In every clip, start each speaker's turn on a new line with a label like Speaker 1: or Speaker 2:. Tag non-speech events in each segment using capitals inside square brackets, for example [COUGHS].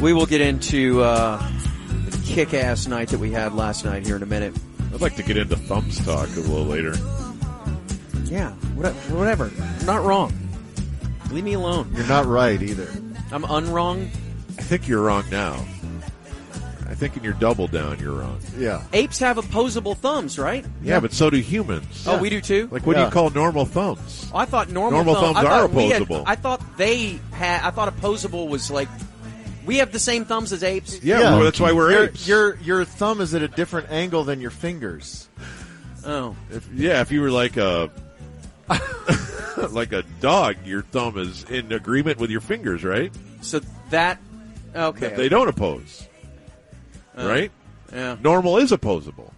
Speaker 1: We will get into uh, the kick-ass night that we had last night here in a minute.
Speaker 2: I'd like to get into thumbs talk a little later.
Speaker 1: Yeah, what- whatever. I'm not wrong. Leave me alone.
Speaker 2: You're not right either.
Speaker 1: I'm unwrong.
Speaker 2: I think you're wrong now. I think in your double down, you're wrong.
Speaker 3: Yeah.
Speaker 1: Apes have opposable thumbs, right?
Speaker 2: Yeah, but so do humans.
Speaker 1: Oh, we do too.
Speaker 2: Like, what do
Speaker 3: Yeah.
Speaker 2: you call normal thumbs?
Speaker 1: I thought normal,
Speaker 2: Normal
Speaker 1: thumb-
Speaker 2: thumbs
Speaker 1: I thought
Speaker 2: are
Speaker 1: we had-
Speaker 2: opposable.
Speaker 1: I thought they had. I thought opposable was like we have the same thumbs as apes.
Speaker 2: Yeah,
Speaker 3: Yeah.
Speaker 2: well, that's why we're
Speaker 3: Your,
Speaker 2: apes.
Speaker 3: your your thumb is at a different angle than your fingers.
Speaker 1: Oh,
Speaker 2: If- yeah, if you were like [LAUGHS] a like a dog, your thumb is in agreement with your fingers, right?
Speaker 1: so that okay.
Speaker 2: They don't oppose, right?
Speaker 1: Yeah.
Speaker 2: Normal is opposable,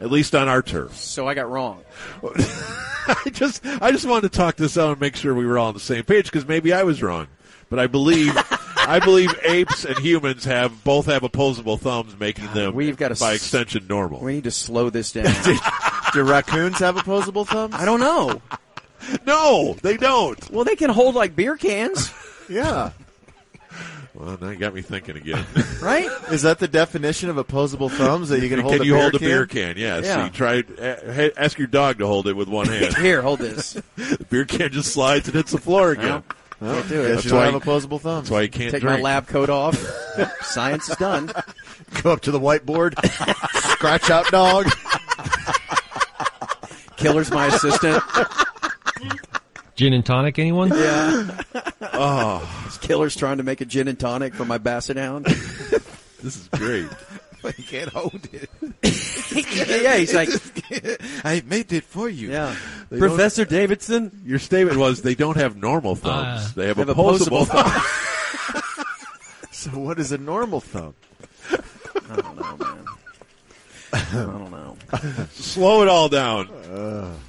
Speaker 2: at least on our turf.
Speaker 1: So I got wrong.
Speaker 2: [LAUGHS] I just I just wanted to talk this out and make sure we were all on the same page because maybe I was wrong, but I believe I believe apes and humans have both have opposable thumbs, making them
Speaker 1: we've got a
Speaker 2: by
Speaker 1: s-
Speaker 2: extension normal.
Speaker 1: We need to slow this
Speaker 2: [LAUGHS]
Speaker 1: down.
Speaker 3: Do raccoons have opposable thumbs?
Speaker 1: I don't know.
Speaker 2: no, they don't.
Speaker 1: Well, they can hold like beer cans,
Speaker 3: Yeah.
Speaker 2: Well, now you got me
Speaker 1: [LAUGHS]
Speaker 2: thinking again.
Speaker 1: right?
Speaker 3: Is that the definition of opposable thumbs that you can hold?
Speaker 2: Can
Speaker 3: a
Speaker 2: you
Speaker 3: beer
Speaker 2: hold a
Speaker 3: can?
Speaker 2: beer can? Yeah. So
Speaker 1: Yeah.
Speaker 2: you try a- ha- ask your dog to hold it with one hand.
Speaker 1: [LAUGHS] Here, hold this.
Speaker 2: the beer can just slides and hits the floor again.
Speaker 3: Oh, Can't do
Speaker 2: it.
Speaker 3: it.
Speaker 2: That's
Speaker 3: you don't
Speaker 2: why-
Speaker 3: have opposable thumbs.
Speaker 2: That's why you can't
Speaker 1: Take my
Speaker 2: drink.
Speaker 1: lab coat off. Science is done.
Speaker 3: Go up to the [LAUGHS] whiteboard, scratch out [LAUGHS] dog.
Speaker 1: Killer's my assistant.
Speaker 4: Gin and tonic, anyone?
Speaker 1: It's Oh. Killer's trying to make a gin and tonic for my basset [LAUGHS] hound.
Speaker 2: This is great.
Speaker 5: you can't hold it.
Speaker 1: yeah, he's like,
Speaker 5: I made it for you.
Speaker 1: yeah.
Speaker 2: They don't-
Speaker 1: Professor Davidson,
Speaker 2: Your statement was they don't have normal thumbs.
Speaker 4: Ah.
Speaker 2: they have
Speaker 1: They have
Speaker 2: opposable,
Speaker 1: opposable
Speaker 2: thumbs.
Speaker 3: So what is a normal thumb?
Speaker 1: I don't know, man. I don't know.
Speaker 2: [LAUGHS] Slow it all down.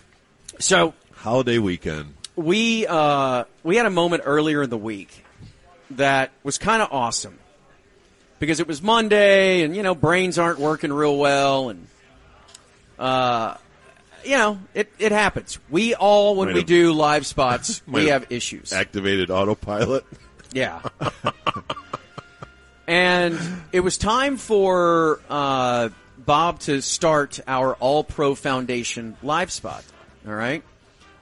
Speaker 1: So
Speaker 2: Holiday weekend.
Speaker 1: we uh, we had a moment earlier in the week that was kind of awesome because it was Monday, and you know brains aren't working real well, and uh, you know it it happens. We all when
Speaker 2: Might
Speaker 1: we
Speaker 2: have-
Speaker 1: do live spots, we
Speaker 2: [LAUGHS] might
Speaker 1: have,
Speaker 2: have
Speaker 1: issues.
Speaker 2: Activated autopilot.
Speaker 1: Yeah. and it was time for uh, Bob to start our All Pro Foundation live spot. All right.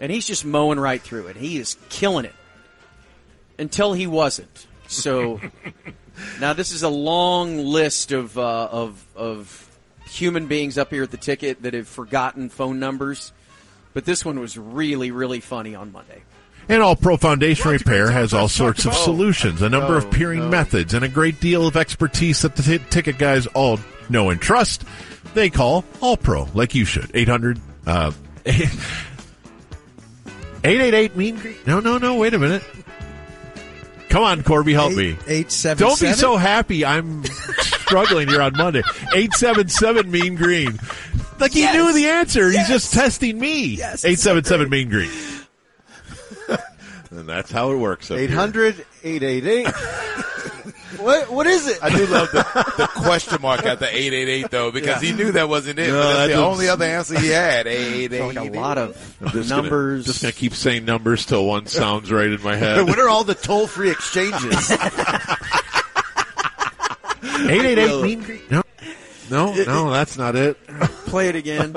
Speaker 1: And he's just mowing right through it. He is killing it until he wasn't. So now this is a long list of, uh, of, of human beings up here at the ticket that have forgotten phone numbers. But this one was really, really funny on Monday.
Speaker 6: And All Pro Foundation Repair has all sorts of solutions,
Speaker 2: Oh,
Speaker 6: a number of peering methods, and a great deal of expertise that the t- ticket guys all know and trust. They call All Pro, like you should. 800, uh, [LAUGHS] 888 Mean Green. No, no, no, wait a minute. Come on, Corby, help me.
Speaker 5: Eight seven.
Speaker 6: Don't be so happy. I'm struggling here on Monday. 877 Mean Green. Like he knew the answer. He's just testing me.
Speaker 5: Yes,
Speaker 6: 877 Mean Green.
Speaker 2: And that's how it works. up here.
Speaker 3: 800 888 What what is it?
Speaker 5: I do love the, the question mark at the eight eight eight though because he knew that wasn't it.
Speaker 2: [LAUGHS] No,
Speaker 5: but that's
Speaker 2: that
Speaker 5: the
Speaker 2: doesn't-
Speaker 5: only other answer he [LAUGHS] had. Eight eight
Speaker 1: Like
Speaker 5: eight.
Speaker 1: a lot of
Speaker 2: I'm just
Speaker 1: numbers.
Speaker 2: Gonna, just gonna keep saying numbers till one sounds right in my
Speaker 5: [LAUGHS]
Speaker 2: head.
Speaker 3: What are all the toll-free
Speaker 1: [LAUGHS]
Speaker 3: exchanges?
Speaker 6: 888 Mean Green. No.
Speaker 2: no, no, that's not it.
Speaker 1: Play it
Speaker 2: [LAUGHS]
Speaker 1: again.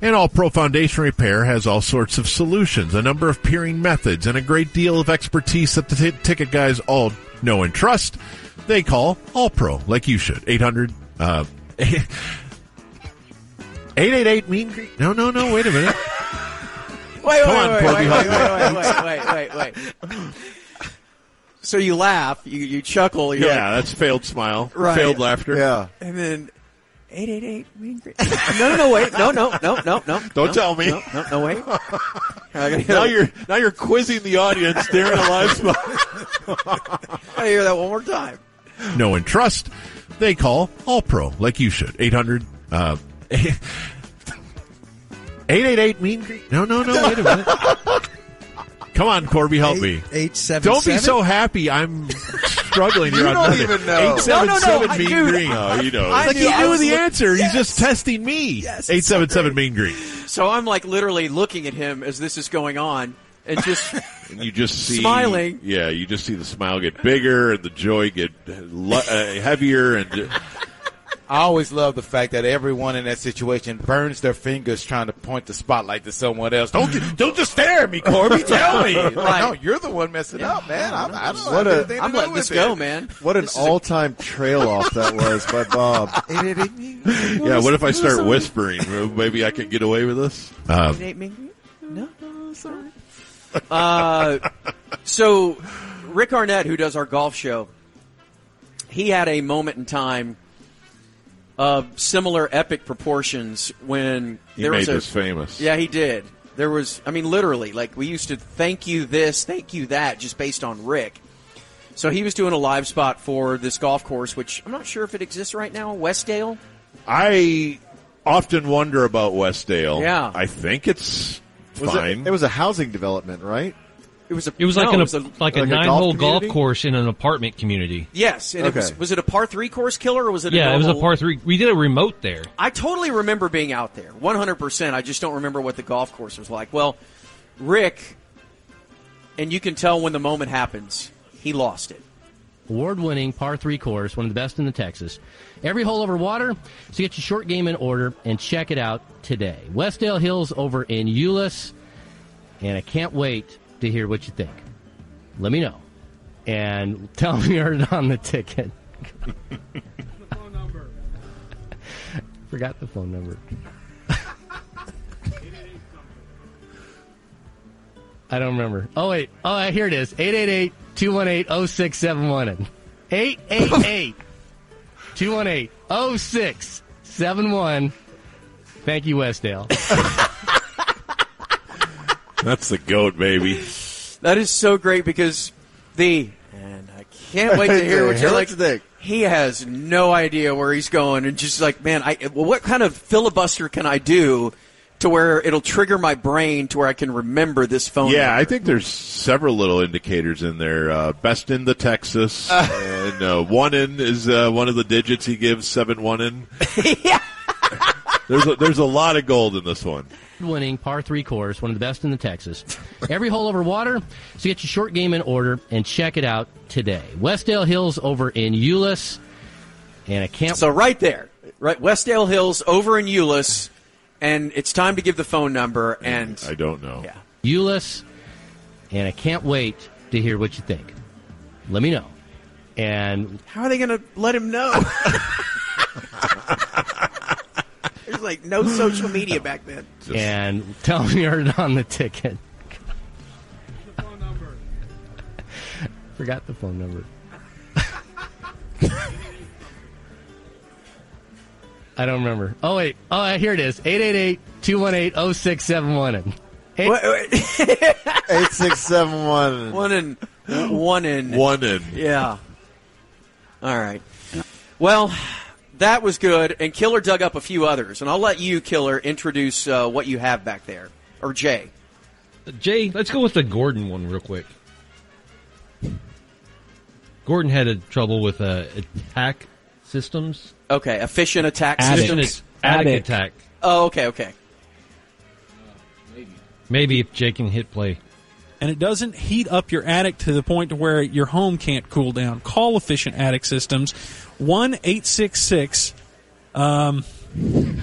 Speaker 6: And All Pro Foundation Repair has all sorts of solutions, a number of peering methods, and a great deal of expertise that the t- ticket guys all know and trust. They call All Pro, like you should. 800, uh, [LAUGHS] 888 Mean Green. No, no, no, wait a minute.
Speaker 1: Wait,
Speaker 6: Come
Speaker 1: wait,
Speaker 6: on,
Speaker 1: wait,
Speaker 6: Corby,
Speaker 1: wait,
Speaker 6: help
Speaker 1: wait, wait, wait, wait, wait, wait, So you laugh, you, you chuckle, you're
Speaker 2: [LAUGHS] Yeah, that's failed smile.
Speaker 1: Right.
Speaker 2: Failed laughter.
Speaker 3: yeah.
Speaker 1: like, and then eight eight eight. No, no, no, wait, no, no, no, no, no.
Speaker 2: [LAUGHS] Don't
Speaker 1: no,
Speaker 2: tell me.
Speaker 1: No, no, no
Speaker 2: [LAUGHS]
Speaker 1: wait. I gotta hear
Speaker 2: Now
Speaker 1: that-
Speaker 2: you're now you're quizzing the audience during a live [LAUGHS] spot.
Speaker 1: I gotta hear that one more time.
Speaker 6: know and trust, they call All Pro, like you should. 800, uh, 888 Mean Green. No, no, no, wait a minute. Come on, Corby, help me.
Speaker 5: Eight seven.
Speaker 6: Don't be so happy. I'm struggling here
Speaker 3: You
Speaker 6: on
Speaker 3: don't
Speaker 6: Monday.
Speaker 3: even know.
Speaker 6: 877
Speaker 1: No, no, no,
Speaker 6: Mean oh,
Speaker 1: dude.
Speaker 6: Green.
Speaker 2: No, you know.
Speaker 1: I
Speaker 6: like he
Speaker 1: knew- I
Speaker 6: knew
Speaker 1: was
Speaker 6: the
Speaker 1: look-
Speaker 6: answer. He's just testing me.
Speaker 5: Yes, it's so
Speaker 6: 877 Mean Green.
Speaker 1: So I'm like literally looking at him as this is going on, and
Speaker 2: [LAUGHS]
Speaker 1: just
Speaker 2: And you just see
Speaker 1: Smiling.
Speaker 2: Yeah, you just see the smile get bigger and the joy get le- uh, heavier and ju-
Speaker 5: I always love the fact that everyone in that situation burns their fingers trying to point the spotlight to someone else.
Speaker 2: [LAUGHS]
Speaker 5: Don't ju- don't just stare at me, Corby. Tell me. Like, No, you're the one messing up, man. I, I don't know.
Speaker 3: What
Speaker 5: I have
Speaker 3: a-
Speaker 5: anything to
Speaker 1: I'm
Speaker 5: do
Speaker 1: letting
Speaker 5: with
Speaker 1: this go,
Speaker 5: it.
Speaker 1: man.
Speaker 3: What an
Speaker 1: This is a-
Speaker 3: all-time trail off that was by Bob.
Speaker 5: [LAUGHS]
Speaker 2: yeah. What if I start whispering? Maybe I could get away with this.
Speaker 6: Uh,
Speaker 1: Nate Mingy? No, no, sorry. Uh, so, Rick Arnett, who does our golf show, he had a moment in time of similar epic proportions when
Speaker 2: He
Speaker 1: there
Speaker 2: made
Speaker 1: was a
Speaker 2: this famous.
Speaker 1: yeah, he did. There was, I mean, literally, like we used to thank you this, thank you that, just based on Rick. So he was doing a live spot for this golf course, which I'm not sure if it exists right now, Westdale.
Speaker 2: I often wonder about Westdale.
Speaker 1: Yeah.
Speaker 2: I think it's
Speaker 3: Was
Speaker 2: fine.
Speaker 3: It, it was a housing development,
Speaker 5: [LAUGHS]
Speaker 3: right?
Speaker 1: It was a,
Speaker 4: It was like
Speaker 1: no,
Speaker 4: an
Speaker 1: it was a-
Speaker 4: like
Speaker 3: like
Speaker 4: a
Speaker 3: a golf
Speaker 4: nine hole golf
Speaker 3: community?
Speaker 4: course in an apartment community.
Speaker 1: yes, and it was,
Speaker 3: Okay.
Speaker 1: was it a par three course killer or was it?
Speaker 4: Yeah,
Speaker 1: a
Speaker 4: it was a
Speaker 1: normal-
Speaker 4: par three. We did a remote there.
Speaker 1: I totally remember being out there, 100%. I just don't remember what the golf course was like. Well, Rick, and you can tell when the moment happens, he lost it.
Speaker 7: award-winning par three course, one of the best in the Texas. Every hole over water, so get your short game in order and check it out today. Westdale Hills over in Euless, and I can't wait to hear what you think. Let me know and tell me [LAUGHS] you heard it on the ticket. [LAUGHS] Forgot the phone number. I don't remember. Oh, wait. Oh, here it is. 888 218 0671. 888 218 0671. Thank you, Westdale.
Speaker 2: That's the goat, baby.
Speaker 1: That is so great because the, and I can't wait
Speaker 3: [LAUGHS]
Speaker 1: to hear what
Speaker 3: Hear
Speaker 1: you're
Speaker 3: what
Speaker 1: like.
Speaker 3: you think.
Speaker 1: He has no idea where he's going and just like, man, I, well, what kind of filibuster can I do to where it'll trigger my brain to where I can remember this phone?
Speaker 2: [LAUGHS] Yeah, I
Speaker 1: number?
Speaker 2: think there's several little indicators in there. Uh, best in the Texas, and uh, one in is uh, one of the digits he gives seven one in. [LAUGHS] there's a, there's a lot of gold in this one.
Speaker 7: [COUGHS] winning par three course, one of the best in the Texas. Every hole over water, so get your short game in order and check it out today. Westdale Hills over in Euless, and I can't.
Speaker 1: So right there, right, Westdale Hills over in Euless, and it's time to give the phone number and.
Speaker 2: I don't know.
Speaker 1: Yeah.
Speaker 7: Euless, and I can't wait to hear what you think. Let me know. And
Speaker 1: How are they going to let him
Speaker 2: [LAUGHS]
Speaker 1: know? There's like no social media back then.
Speaker 7: and tell me you heard it on the ticket. [LAUGHS] Forgot the phone number. [LAUGHS] I don't remember. Oh wait. Oh, here it is. 888-218-0671.
Speaker 1: What- what-
Speaker 3: Eight six seven one.
Speaker 1: one in, one in,
Speaker 2: One in.
Speaker 1: yeah. All right. Well, that was good, and Killer dug up a few others, and I'll let you, Killer, introduce uh, what you have back there, or Jay.
Speaker 4: Jay, let's go with the Gordon one real quick. Gordon had a trouble with uh, attack systems.
Speaker 1: Okay, efficient attack systems.
Speaker 4: Attic
Speaker 8: Attic.
Speaker 4: attack.
Speaker 1: Oh, okay, okay.
Speaker 4: Maybe if Jay can hit play.
Speaker 8: and it doesn't heat up your attic to the point to where your home can't cool down. Call Efficient Attic Systems, one eight six six. Um, [LAUGHS] you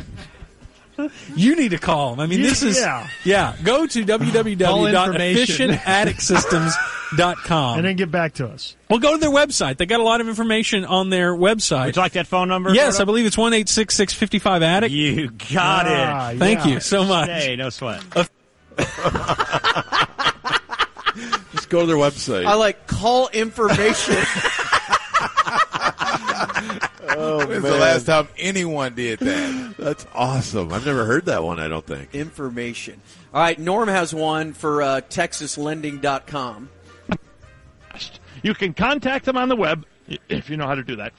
Speaker 8: need to call them. I mean, this is yeah. Go to
Speaker 9: and
Speaker 8: www.efficientatticsystems.com.
Speaker 9: then get back to us.
Speaker 8: Well, go to their website. They got a lot of information on their website.
Speaker 10: Would you like that phone
Speaker 8: [LAUGHS]
Speaker 10: number?
Speaker 8: yes, I believe it's one eight six six fifty five attic.
Speaker 10: You got
Speaker 9: Ah,
Speaker 10: it.
Speaker 8: Thank
Speaker 9: yeah.
Speaker 8: you so much.
Speaker 10: Hey, no sweat.
Speaker 2: Just go to their website.
Speaker 1: I like call information. [LAUGHS]
Speaker 3: Oh,
Speaker 5: When's
Speaker 3: man.
Speaker 5: the last time anyone did that?
Speaker 2: That's awesome. I've never heard that one. I don't think.
Speaker 1: information. All right, Norm has one for uh, TexasLending.com.
Speaker 10: You can contact them on the web, if you know how to do that,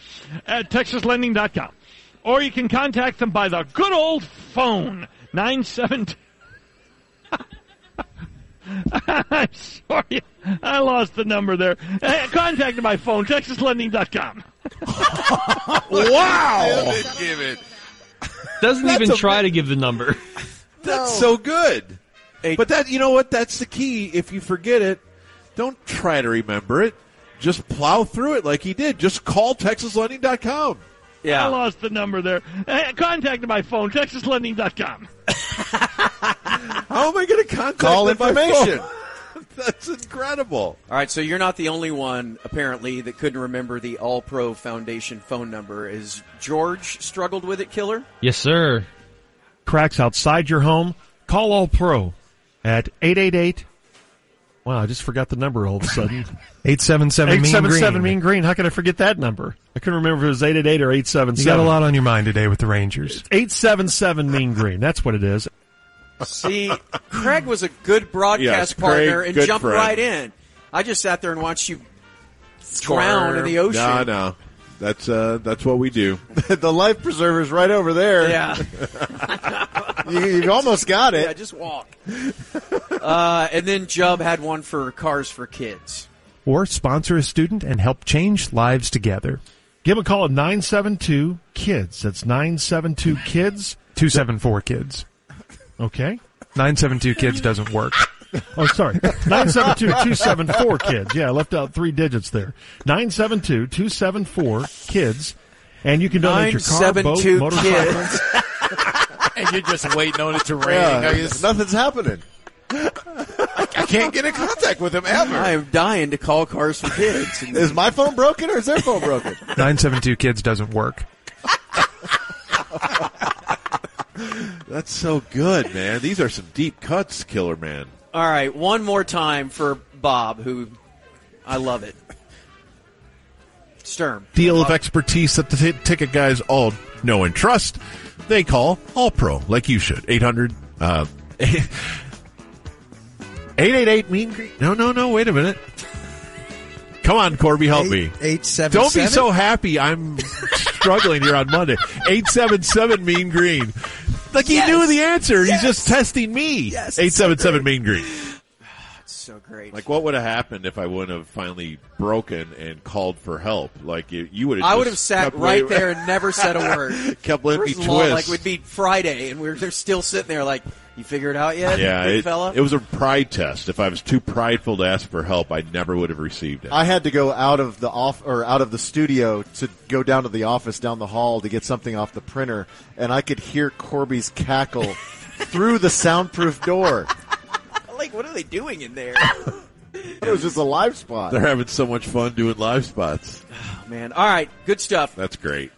Speaker 10: at texaslending.com. Or you can contact them by the good old phone, 972. [LAUGHS] I'm sorry. I lost the number there. Eh, Contact them by phone, texaslending.com.
Speaker 2: Wow,
Speaker 5: Did give it.
Speaker 4: Doesn't even try to give the number.
Speaker 2: that's so good. but that you know what? That's the key. If you forget it, don't try to remember it. Just plow through it like he did. Just call TexasLending.com.
Speaker 1: Ah.
Speaker 10: I lost the number there. Hey, contact my phone, TexasLending.com.
Speaker 2: How am I going to contact
Speaker 10: Call
Speaker 2: them by
Speaker 10: information.
Speaker 2: phone? [LAUGHS] That's
Speaker 1: All
Speaker 2: incredible.
Speaker 1: right, so you're not the only one apparently that couldn't remember the All Pro Foundation phone number. Is George struggled with it, Killer?
Speaker 11: Yes, sir. Cracks outside your home. Call All Pro at 888. Wow, I just forgot the number all of a
Speaker 12: [LAUGHS]
Speaker 11: sudden.
Speaker 12: 877 Mean
Speaker 11: 877
Speaker 12: Green.
Speaker 11: Mean Green. How can I forget that number? I couldn't remember if it was 888 or
Speaker 12: You
Speaker 11: 877.
Speaker 12: got a lot on your mind today with the Rangers.
Speaker 11: 877 Mean Green. That's what it is.
Speaker 1: See, Craig was a good broadcast
Speaker 11: Yes, Craig,
Speaker 1: partner and
Speaker 11: good
Speaker 1: jumped
Speaker 11: friend.
Speaker 1: right in. I just sat there and watched you drown in the ocean.
Speaker 2: No, no. That's uh, that's what we do.
Speaker 3: [LAUGHS] the life preserver's right over there.
Speaker 1: Yeah.
Speaker 3: you, you almost got
Speaker 1: [LAUGHS]
Speaker 3: it.
Speaker 1: Yeah, just
Speaker 11: [LAUGHS]
Speaker 1: walk. uh, and then Jubb had one for Cars for Kids.
Speaker 12: Or sponsor a student and help change lives together.
Speaker 11: Give them a call at 972 Kids. That's 972 Kids.
Speaker 12: 274 kids.
Speaker 11: Okay.
Speaker 12: 972 kids doesn't work.
Speaker 11: [LAUGHS] Oh, sorry. 972 274 kids. Yeah, I left out three digits there. 972 274 kids. And you can donate your car, boat,
Speaker 3: 972
Speaker 11: motorcycle.
Speaker 3: kids.
Speaker 5: and you're just waiting on it to rain.
Speaker 3: Yeah,
Speaker 5: I guess-
Speaker 3: nothing's happening.
Speaker 5: I can't get in contact with him ever.
Speaker 1: [LAUGHS] I am dying to call Cars for Kids.
Speaker 3: Is my phone broken or is their
Speaker 2: [LAUGHS]
Speaker 3: phone broken?
Speaker 12: 972 kids doesn't work.
Speaker 2: That's so good, man. These are some deep cuts, Killer Man.
Speaker 1: All right, one more time for Bob, who I love it. Sturm.
Speaker 6: Deal of expertise that the t- ticket guys all know and trust. They call All Pro, like you should. 800 uh, [LAUGHS] 888 Mean Green. No, no, no. Wait a minute. Come on, Corby, help me.
Speaker 13: Eight seven.
Speaker 6: Don't be so happy. I'm struggling here on Monday. 877 Mean Green. Like he
Speaker 1: Yes.
Speaker 6: knew the answer. He's just testing me.
Speaker 1: Yes, it's so
Speaker 6: 877 Mean Green.
Speaker 1: That's so great.
Speaker 2: Like, what would have happened if I wouldn't have finally broken and called for help? Like, you, you would have.
Speaker 1: I
Speaker 2: just
Speaker 1: would have sat
Speaker 2: kept
Speaker 1: right
Speaker 2: wait-
Speaker 1: there and never said a word.
Speaker 2: [LAUGHS] kept letting me
Speaker 1: First of all, like
Speaker 2: twist.
Speaker 1: we'd be Friday, and we're they're still sitting there like, you figure it out yet,
Speaker 2: yeah,
Speaker 1: big
Speaker 2: it,
Speaker 1: fella?
Speaker 2: it was a pride test. If I was too prideful to ask for help, I never would have received it.
Speaker 3: I had to go out of the off or out of the studio to go down to the office down the hall to get something off the printer, and I could hear Corby's
Speaker 2: [LAUGHS]
Speaker 3: cackle through the soundproof door.
Speaker 1: like, what are they doing in there? [LAUGHS]
Speaker 3: It was just a live spot.
Speaker 2: They're having so much fun doing live spots.
Speaker 1: Man, all right, good stuff.
Speaker 2: That's great.